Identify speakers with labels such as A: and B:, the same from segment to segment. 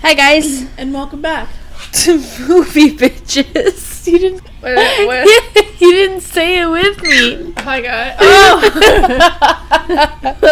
A: Hi guys,
B: And welcome back.
A: to movie bitches. You didn't.
B: Wait, wait, wait.
A: you didn't say it with me.
B: Hi, guys.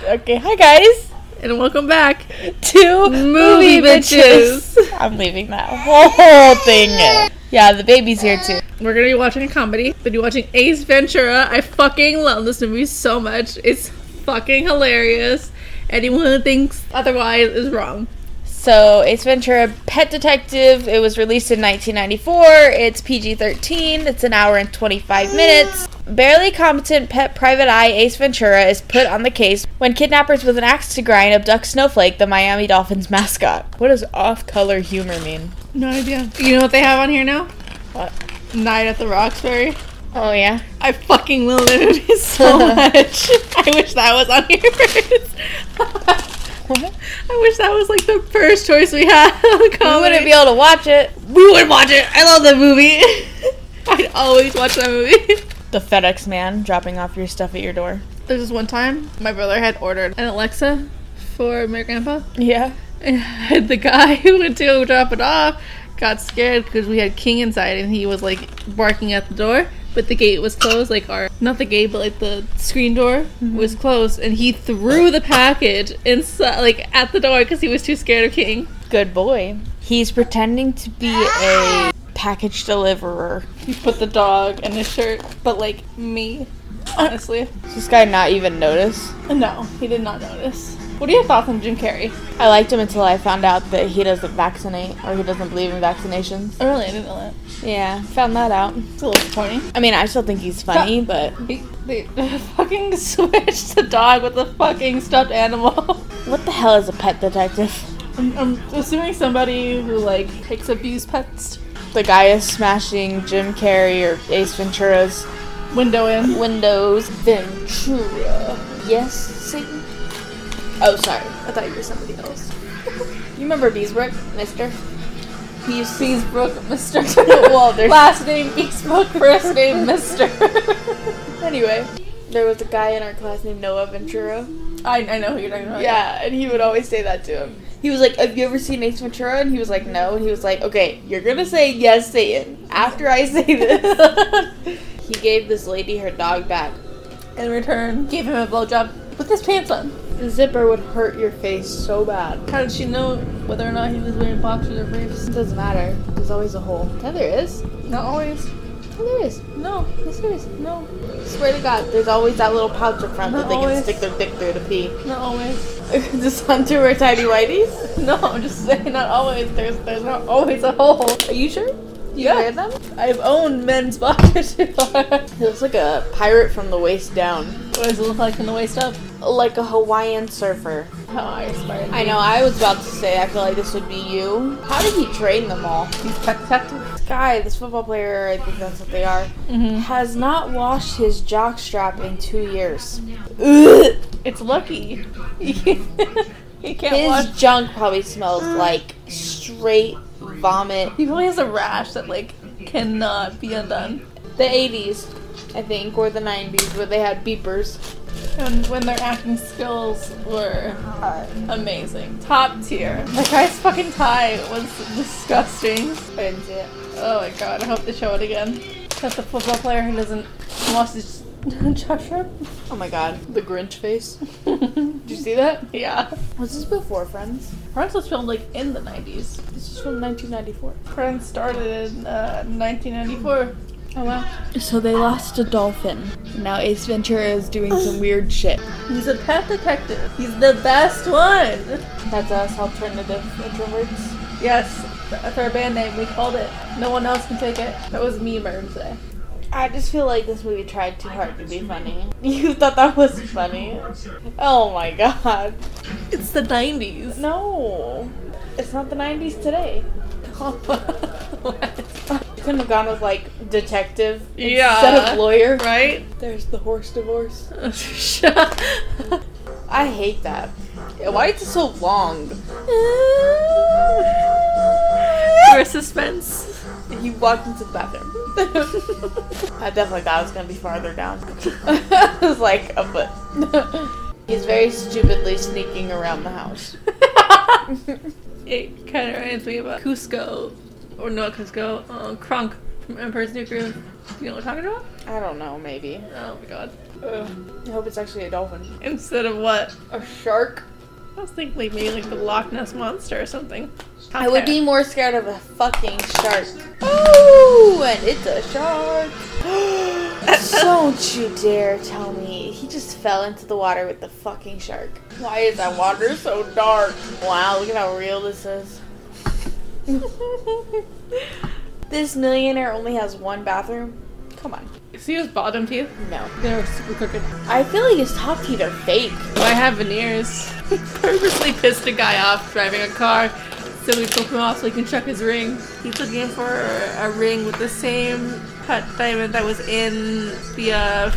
A: Oh. okay, hi guys
B: and welcome back.
A: to movie,
B: Movie
A: bitches. I'm leaving that whole thing. in. Yeah, the baby's here too.
B: We're gonna be watching a comedy. We're gonna be watching Ace Ventura. I fucking love this movie so much. It's fucking hilarious. Anyone who thinks otherwise is wrong.
A: So, Ace Ventura: Pet Detective. It was released in 1994. It's PG-13. It's an hour and 25 minutes. Barely competent pet private eye Ace Ventura is put on the case when kidnappers with an axe to grind abduct Snowflake, the Miami Dolphins mascot. What does off-color humor mean?
B: No idea. You know what they have on here now?
A: What?
B: Night at the Roxbury.
A: Oh yeah.
B: I fucking love that movie so much. I wish that was on here first.
A: What?
B: I wish that was like the first choice we had.
A: We wouldn't be able to watch it.
B: We would watch it. I love that movie. I'd always watch that movie.
A: The FedEx man dropping off your stuff at your door.
B: There's this one time my brother had ordered an Alexa for my grandpa,
A: Yeah.
B: and the guy who went to go drop it off got scared because we had King inside and he was like barking at the door, but the gate was closed. Like our not the gate, but like the screen door was closed, and he threw the package inside like at the door because he was too scared of King.
A: Good boy. He's pretending to be a package deliverer.
B: He put the dog in his shirt, but like me, honestly.
A: Does this guy not even notice?
B: No, he did not notice. What are your thoughts on Jim Carrey?
A: I liked him until I found out that he doesn't vaccinate or he doesn't believe in vaccinations.
B: Oh, really? I didn't know that.
A: Yeah, found that out.
B: It's a little disappointing.
A: I mean, I still think he's funny, but
B: He, they fucking switched the dog with the fucking stuffed animal.
A: what the hell is a pet detective?
B: I'm, I'm assuming somebody who like takes abused pets
A: The guy is smashing Jim Carrey or Ace Ventura's
B: window in.
A: windows. Ventura. Yes, Satan? Oh, sorry.
B: I thought you were somebody else.
A: You remember Beesbrook, mister? He used to.
B: Beesbrook, Mister.
A: Well, there's-
B: last name Beesbrook, first name Mister. anyway,
A: There was a guy in our class named Noah Ventura.
B: I, I know who you're talking about.
A: Oh, Yeah, and he would always say that to him. He was like, "Have you ever seen Ace Ventura?" And he was like, "No." And he was like, "Okay, you're gonna say yes, Satan, after I say this." he gave this lady her dog back.
B: In return, gave him a blowjob with his pants on.
A: The zipper would hurt your face so bad.
B: How did she know whether or not he was wearing boxers or briefs?
A: It doesn't matter. There's always a hole. Yeah, there is.
B: Not always.
A: Yeah, there is.
B: No,
A: Yes, there is.
B: no,
A: Swear to God, there's always that little pouch in front that
B: Not
A: they
B: always.
A: can stick their dick through to pee.
B: not always.
A: Does Hunter wear tidy whities?
B: No, I'm just saying, not always. There's there's not always a hole.
A: Are you sure?
B: Yeah.
A: Wear them?
B: I've owned men's boxers before.
A: He looks like a pirate from the waist down,
B: What does it look like from the waist up?
A: like a Hawaiian surfer.
B: How I aspire.
A: I know, I was about to say, I feel like this would be you. How did he train them all?
B: He's protective.
A: This guy, this football player, I think that's what they are,
B: Mhm.
A: has not washed his jockstrap in two years. Ugh.
B: It's lucky. You can't, you can't
A: His
B: wash.
A: junk probably smells like straight vomit.
B: He probably has a rash that like cannot be undone.
A: The 80s, I think, or the 90s, where they had beepers.
B: And when their acting skills were
A: Uh,
B: amazing, top tier. That guy's fucking tie was disgusting.
A: I didn't see it.
B: Oh my god, I hope they show it again. That's the football player who doesn't wash his jock strap.
A: Oh my god, the Grinch face. Did you see that?
B: yeah.
A: Was this before Friends?
B: Friends was filmed like in the 90s.
A: This is from 1994.
B: Friends started in uh, 1994.
A: Oh wow. So they lost a dolphin. Now Ace Ventura is doing some weird shit.
B: He's a pet detective. He's the best one.
A: That's us, alternative introverts.
B: Yes, that's our band name. We called it. No one else can take it. That was me, Mermsay.
A: I just feel like this movie tried too hard to be funny. You thought that was funny? Oh my god.
B: It's the 90s.
A: No. It's not the 90s today.
B: What?
A: You couldn't have gone with like detective
B: Yeah.
A: instead of lawyer.
B: right?
A: There's the horse divorce.
B: Why
A: I hate that. Why is it so long?
B: For suspense.
A: He walked into the bathroom. I definitely thought it was gonna be farther down. it was like a foot. He's very stupidly sneaking around the house.
B: it kind of reminds me about Cusco, or not Cusco, um, Kronk from Emperor's New Groove. You know what I'm talking about?
A: I don't know, maybe.
B: Oh my god.
A: I hope it's actually a dolphin.
B: Instead of what?
A: A shark?
B: I was thinking like maybe like the Loch Ness Monster or something.
A: I would be more scared of a fucking shark. Oh, and it's a shark. Don't you dare tell me he just fell into the water with the fucking shark. Why is that water so dark? Wow, look at how real this is. this millionaire only has one bathroom. Come on.
B: See those bottom teeth?
A: No.
B: They're super crooked.
A: I feel like his top teeth are fake.
B: Do I have veneers? Purposely pissed a guy off driving a car. So we flip him off so he can check his ring. He's looking for a ring with the same cut diamond that was in the uh,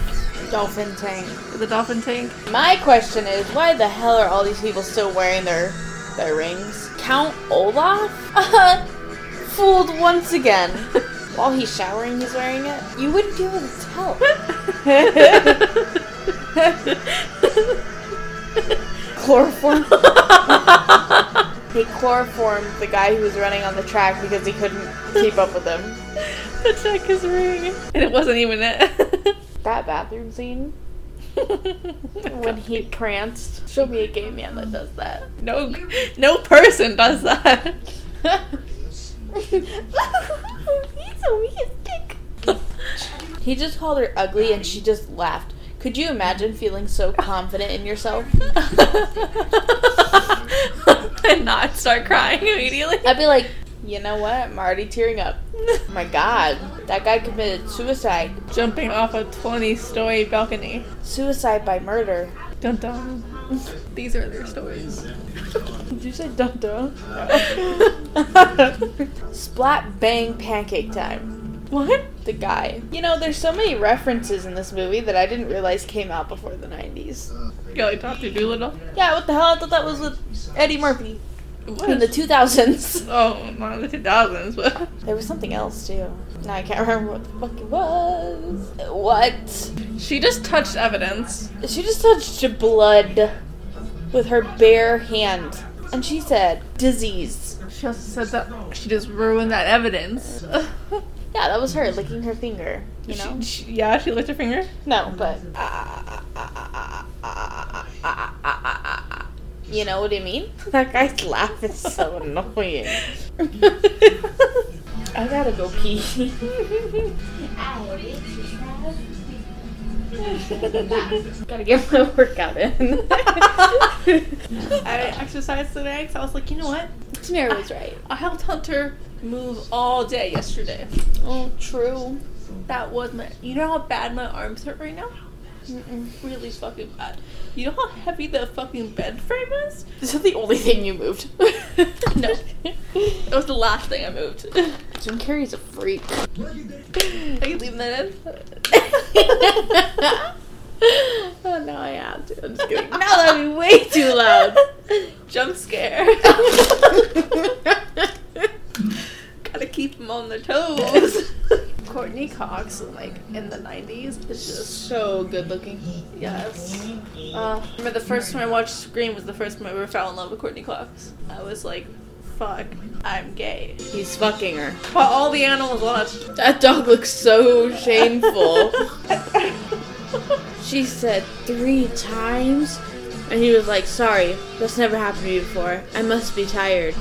A: Dolphin tank.
B: the dolphin tank.
A: My question is, why the hell are all these people still wearing their their rings? Count Olaf? Fooled once again. While he's showering, he's wearing it. You wouldn't be able to tell. Chloroform. he chloroformed the guy who was running on the track because he couldn't keep up with him.
B: to check his ring, and it wasn't even it.
A: That bathroom scene when he pranced. Show me a gay man that does that.
B: no, no person does that.
A: He's a weak dick. He just called her ugly and she just laughed. Could you imagine feeling so confident in yourself?
B: and not start crying immediately.
A: I'd be like, you know what? I'm already tearing up. Oh my god, that guy committed suicide.
B: Jumping off a 20-story balcony.
A: Suicide by murder.
B: Dun dun. These are their stories.
A: Did you say dum dum? Splat bang pancake time.
B: what?
A: The guy. You know, there's so many references in this movie that I didn't realize came out before the 90s.
B: You like Doctor Doolittle?
A: Yeah, what the hell? I thought that was with Eddie Murphy. In the 2000s.
B: oh, not in the 2000s, but
A: There was something else too. Now I can't remember what the fuck it was. What?
B: she just touched evidence.
A: She just touched your blood with her bare hand. And she said, disease.
B: She also said that she just ruined that evidence.
A: Yeah, that was her licking her finger. You know?
B: She, she- yeah, she licked her finger.
A: No, but. ah, ah. You know what I mean? That guy's laugh is so annoying. I gotta go pee. gotta get my workout in.
B: I exercised today because I was like, you know what?
A: Tamara was right.
B: I helped Hunter move all day yesterday.
A: Oh, true.
B: That was my. You know how bad my arms hurt right now? Really fucking bad. You know how heavy the fucking bed frame is?
A: This is the only thing you moved.
B: No. It was the last thing I moved. Are
A: Jim Carrey's a freak.
B: you leaving that in?
A: oh,
B: Oh,
A: no, I have to. I'm just kidding. No, that'd be way too loud.
B: Jump scare. Gotta keep them on their toes. Courtney Cox, like in the 90s, is just.
A: so good looking.
B: Yes. Uh, remember the first time I watched Scream was the first time I ever fell in love with Courtney Cox. I was like, fuck, I'm gay.
A: He's fucking her.
B: While all the animals watched.
A: That dog looks so shameful. she said three times, and he was like, Sorry, that's never happened to you before. I must be tired.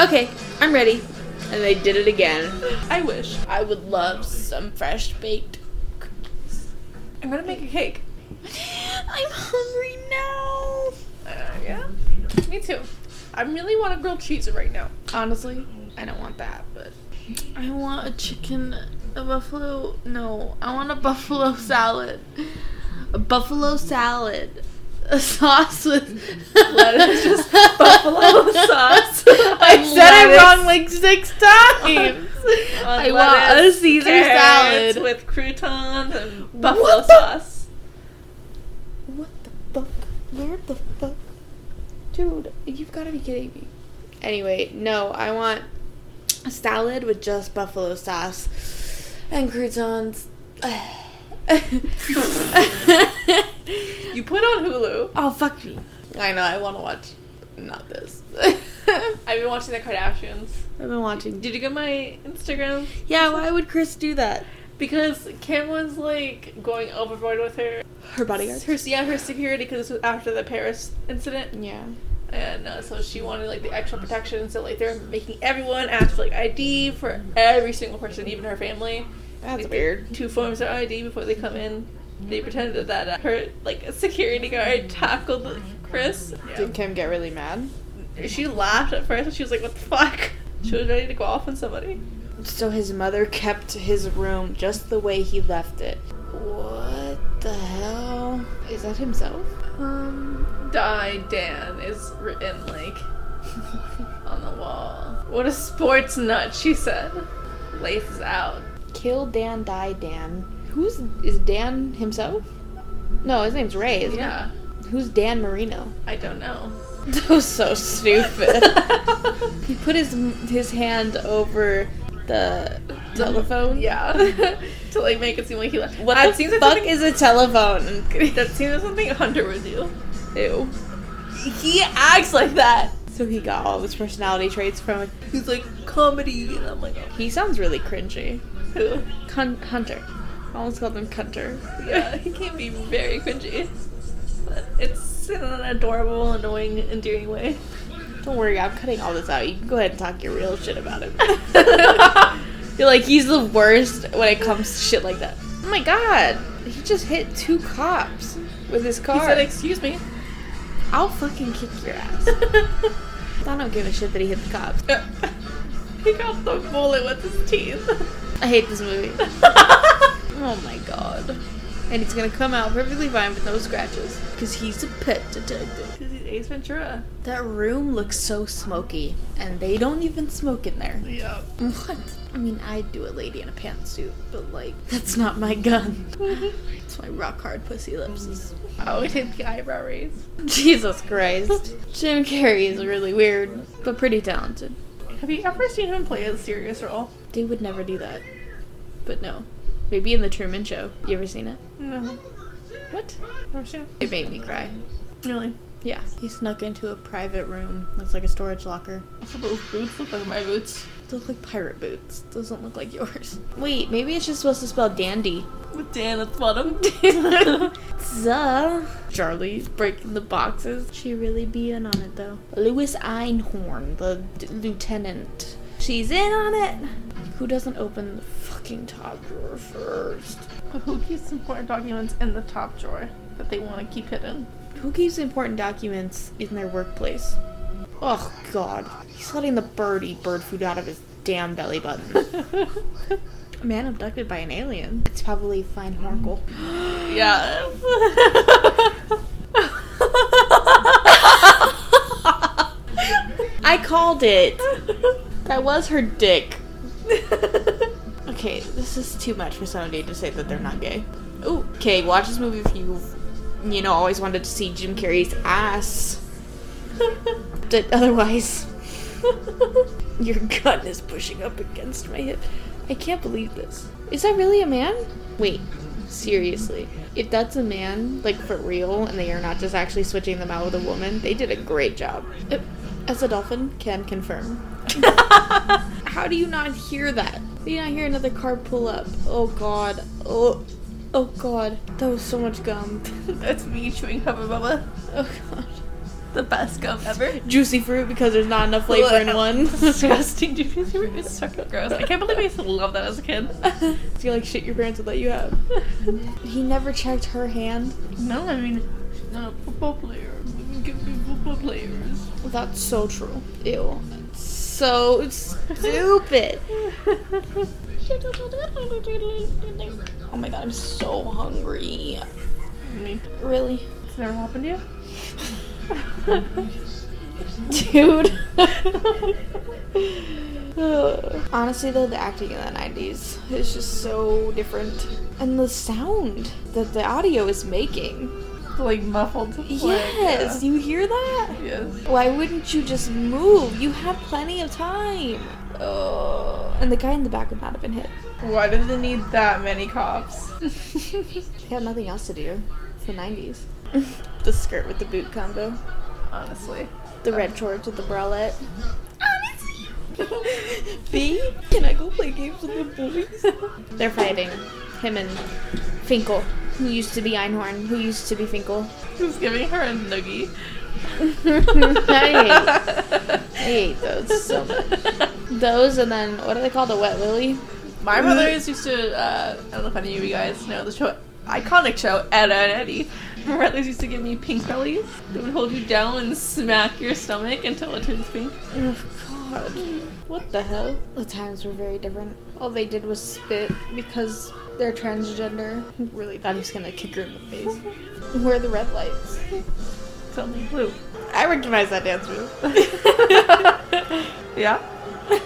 A: Okay, I'm ready. And they did it again.
B: I wish.
A: I would love some fresh baked.
B: I'm gonna make a cake.
A: I'm hungry now.
B: Uh, yeah? Me too. I really want a grilled cheese right now. Honestly, I don't want that, but.
A: I want a chicken, a buffalo. No, I want a buffalo salad. A buffalo salad. A sauce with
B: Lettuce, just buffalo sauce.
A: I said
B: Lettuce.
A: it wrong like six times. I want a
B: lettuce,
A: Caesar
B: carrots
A: salad.
B: with croutons and buffalo
A: What the-
B: sauce.
A: What the fuck? Where the fuck? Dude, you've got to be kidding me. Anyway, no, I want a salad with just buffalo sauce and croutons. oh,
B: You put on Hulu.
A: fuck me.
B: I know, I want to watch not this. I've been watching the Kardashians.
A: I've been watching.
B: Did you get my Instagram?
A: Yeah, why would Chris do that?
B: Because Kim was like going overboard with her,
A: Her bodyguard.
B: her yeah, her security because this was after the Paris incident,
A: Yeah.
B: and uh, so she wanted like the extra protection. So like they're making everyone ask for like ID for every single person, even her family.
A: That's
B: Like, Two forms of ID before they come in. They pretended that uh, her like a security guard tackled Chris.
A: Did Kim get really mad?
B: She laughed at first. and She was like, "What the fuck?" She was ready to go off on somebody.
A: So his mother kept his room just the way he left it. What the hell? Is that himself?
B: Um, die Dan is written like on the wall. What a sports nut, she said. Lace is out.
A: Kill Dan, die Dan. Who's is Dan himself? No, his name's Ray, isn't
B: Yeah,
A: it? Who's Dan Marino?
B: I don't know.
A: That was so stupid. he put his his hand over the telephone.
B: yeah, to like make it seem like he left.
A: What
B: that
A: the
B: seems
A: fuck
B: like
A: is a telephone?
B: something, that seems like something Hunter would do. Ew. He acts like that.
A: So he got all of his personality traits from it.
B: He's like comedy, and I'm like, "Oh."
A: He sounds really cringy.
B: who?
A: Cun- Hunter. I almost called him Cunter.
B: Yeah, he can be very cringy. But it's in an adorable, annoying, endearing way.
A: Don't worry, I'm cutting all this out. You can go ahead and talk your real shit about him.
B: yeah,
A: You're like, he's the worst when it comes to shit like that. Oh my god, he just hit two cops with his car.
B: He said, "Excuse me."
A: I'll fucking kick your ass. I don't give a shit that he hit the cops.
B: he got the bullet with his teeth.
A: I hate this movie. Oh my god. And it's gonna come out perfectly fine with no scratches. Because he's a pet detective.
B: Because he's Ace Ventura.
A: That room looks so smoky, and they don't even smoke in there.
B: Yep.
A: What? I mean, I'd do a lady in a pantsuit, but like, that's not my gun.
B: Mm-hmm.
A: it's my rock hard pussy lips. is-
B: I would hit Oh, the eyebrow raise.
A: Jesus Christ. Jim Carrey is really weird, but pretty talented.
B: Have you ever seen him play a serious role?
A: They would never do that. But no. Maybe in The Truman Show. You ever seen it?
B: No.
A: What?
B: Never seen him.
A: It made me cry.
B: Really?
A: Yeah. He snuck into a private room. Looks like a storage locker.
B: Also, those boots look like my boots.
A: Those look like pirate boots. Doesn't look like yours. Wait, maybe it's just supposed to spell dandy.
B: With Dan at the bottom.
A: Zuh. Charlie's breaking the boxes. She really be in on it though. Louis Einhorn, the d- lieutenant. She's in on it. Who doesn't open the fucking top drawer first?
B: Who keeps important documents in the top drawer that they want to keep hidden?
A: Who keeps important documents in their workplace? Oh god. He's letting the bird eat bird food out of his damn belly button. A man abducted by an alien. It's probably Fine Horkle.
B: Yes.
A: I called it. That was her dick. Okay, this is too much for somebody to say that they're not gay. Ooh, okay, watch this movie if you've, you know, always wanted to see Jim Carrey's ass. D- otherwise, your gun is pushing up against my hip. I can't believe this. Is that really a man? Wait, seriously. If that's a man, like for real, and they are not just actually switching them out with a woman, they did a great job. Uh, As a dolphin, can confirm. How do you not hear that? Do you not hear another car pull up? Oh god. Oh, oh god. That was so much gum.
B: That's me chewing Hubba Bubba.
A: Oh god.
B: The best gum ever.
A: Juicy fruit because there's not enough flavor in one.
B: Disgusting. Do you feel it's so gross? I can't believe I used to love that as a kid.
A: Do you like shit your parents would let you have? He never checked her hand.
B: no, I mean, she's not a football player. Women can be football players.
A: That's so true. Ew. That's so stupid. oh my god, I'm so hungry.
B: I mean,
A: Really?
B: it's never happened to you?
A: Dude. Honestly, though, the acting in the 90s is just so different. And the sound that the audio is making.
B: like muffled. like,
A: Yes, you hear that?
B: yeah. Yes.
A: Why wouldn't you just move? You have plenty of time. Oh, and the guy in the back would not have been hit.
B: Why do they need that many cops?
A: He had nothing else to do. It's the 90s. the skirt with the boot combo.
B: Honestly.
C: The
A: Oh.
C: red shorts with the bralette. B, can I go play games with the boys? They're fighting. Him and Finkel, who used to be Einhorn, who used to be Finkel.
B: Who's giving her a noogie?
A: I hate, I hate those so much. Those and then what are they called? The wet lily.
B: My brothers used to, uh, I don't know if any of you guys know the show, iconic show, Ed, Ed, Eddie. My brothers used to give me pink bellies. They would hold you down and smack your stomach until it turns pink.
A: What the hell?
C: Oh, The times were very different. All they did was spit because they're transgender. Really thought he was gonna kick her in the face. Where are the red lights?
B: Tell me blue.
A: I recognize that dance move.
B: yeah?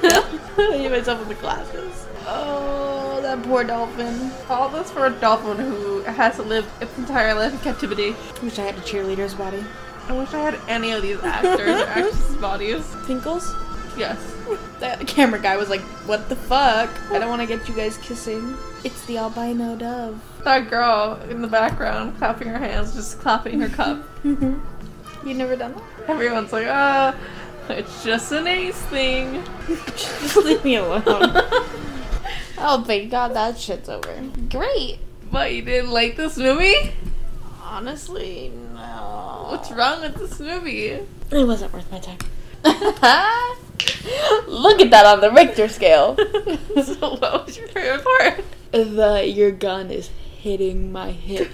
A: you myself in the glasses. Oh, that poor dolphin.
B: All this for a dolphin who has to live its entire life in captivity.
C: Wish I had a cheerleader's body.
B: I wish I had any of these actors or actresses' bodies.
C: Finkel's?
B: Yes.
A: That camera guy was like, "What the fuck?"
C: I don't want to get you guys kissing. It's the albino dove.
B: That girl in the background clapping her hands, just clapping her cup.
A: Mm-hmm.
C: You never done that?
B: Everyone's like, ah, it's just an ace thing.
A: Just leave me alone.
C: Oh, thank God that shit's over. Great.
B: But you didn't like this movie?
C: Honestly, no.
B: What's wrong with this movie?
C: It wasn't worth my time.
A: Look at that on the Richter scale.
B: so what was your favorite part?
A: the your gun is hitting my hip.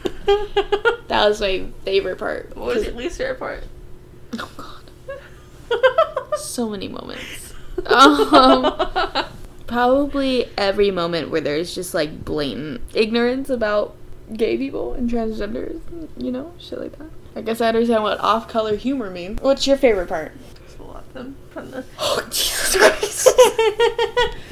A: That was my favorite part.
B: what was your least favorite part?
A: Oh god, so many moments. Um, Probably every moment where there's just like blatant ignorance about gay people and transgenders, you know, shit like that. I guess I understand what off-color humor means. What's your favorite part?
B: Just a lot of them from the-
A: Oh Jesus Christ!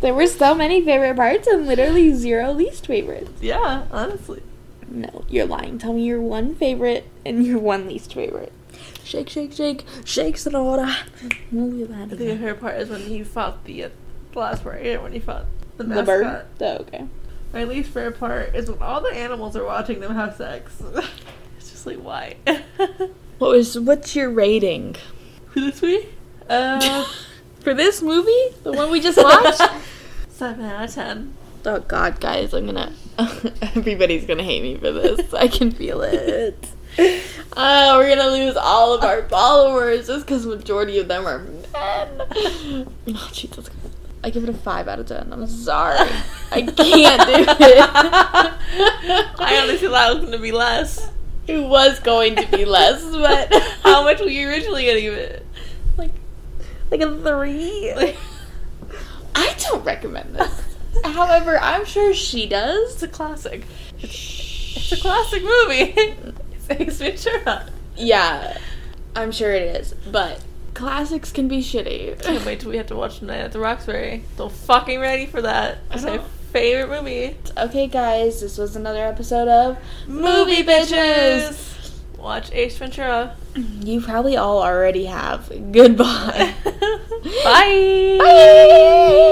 C: There were so many favorite parts and literally zero least favorites.
B: Yeah, honestly.
C: No, you're lying. Tell me your one favorite and your one least favorite.
A: shake, shake, shake, shake, Sonora.
B: I think my favorite part is when he fought the, uh, the last part, yeah, when he fought the
A: The
B: mascot.
A: bird.
C: Oh, okay.
B: My least favorite part is when all the animals are watching them have sex. it's just like, why?
A: What was? What's your rating
B: For this week? Uh,
A: for this movie? The one we just watched?
B: 7 out of 10.
A: oh God, guys, I'm gonna. Everybody's gonna hate me for this. I can feel it. Uh, we're gonna lose all of our followers just because majority of them are men. Oh Jesus Christ! I give it a five out of ten. I'm sorry. I can't do it.
B: I honestly thought it was going to be less.
A: It was going to be less, but
B: How much were you originally going to give it?
A: like a three.
B: Like,
A: I don't recommend this. However, I'm sure she does.
B: it's a classic. It's a classic movie. it's Ace Ventura.
A: Yeah, I'm sure it is. But classics can be shitty.
B: Can't wait till we have to watch Night at the Roxbury. So fucking ready for that. It's my favorite movie.
A: Okay, guys, this was another episode of Movie Bitches.
B: Watch Ace Ventura.
A: You probably all already have. Goodbye.
B: Bye.
A: Bye.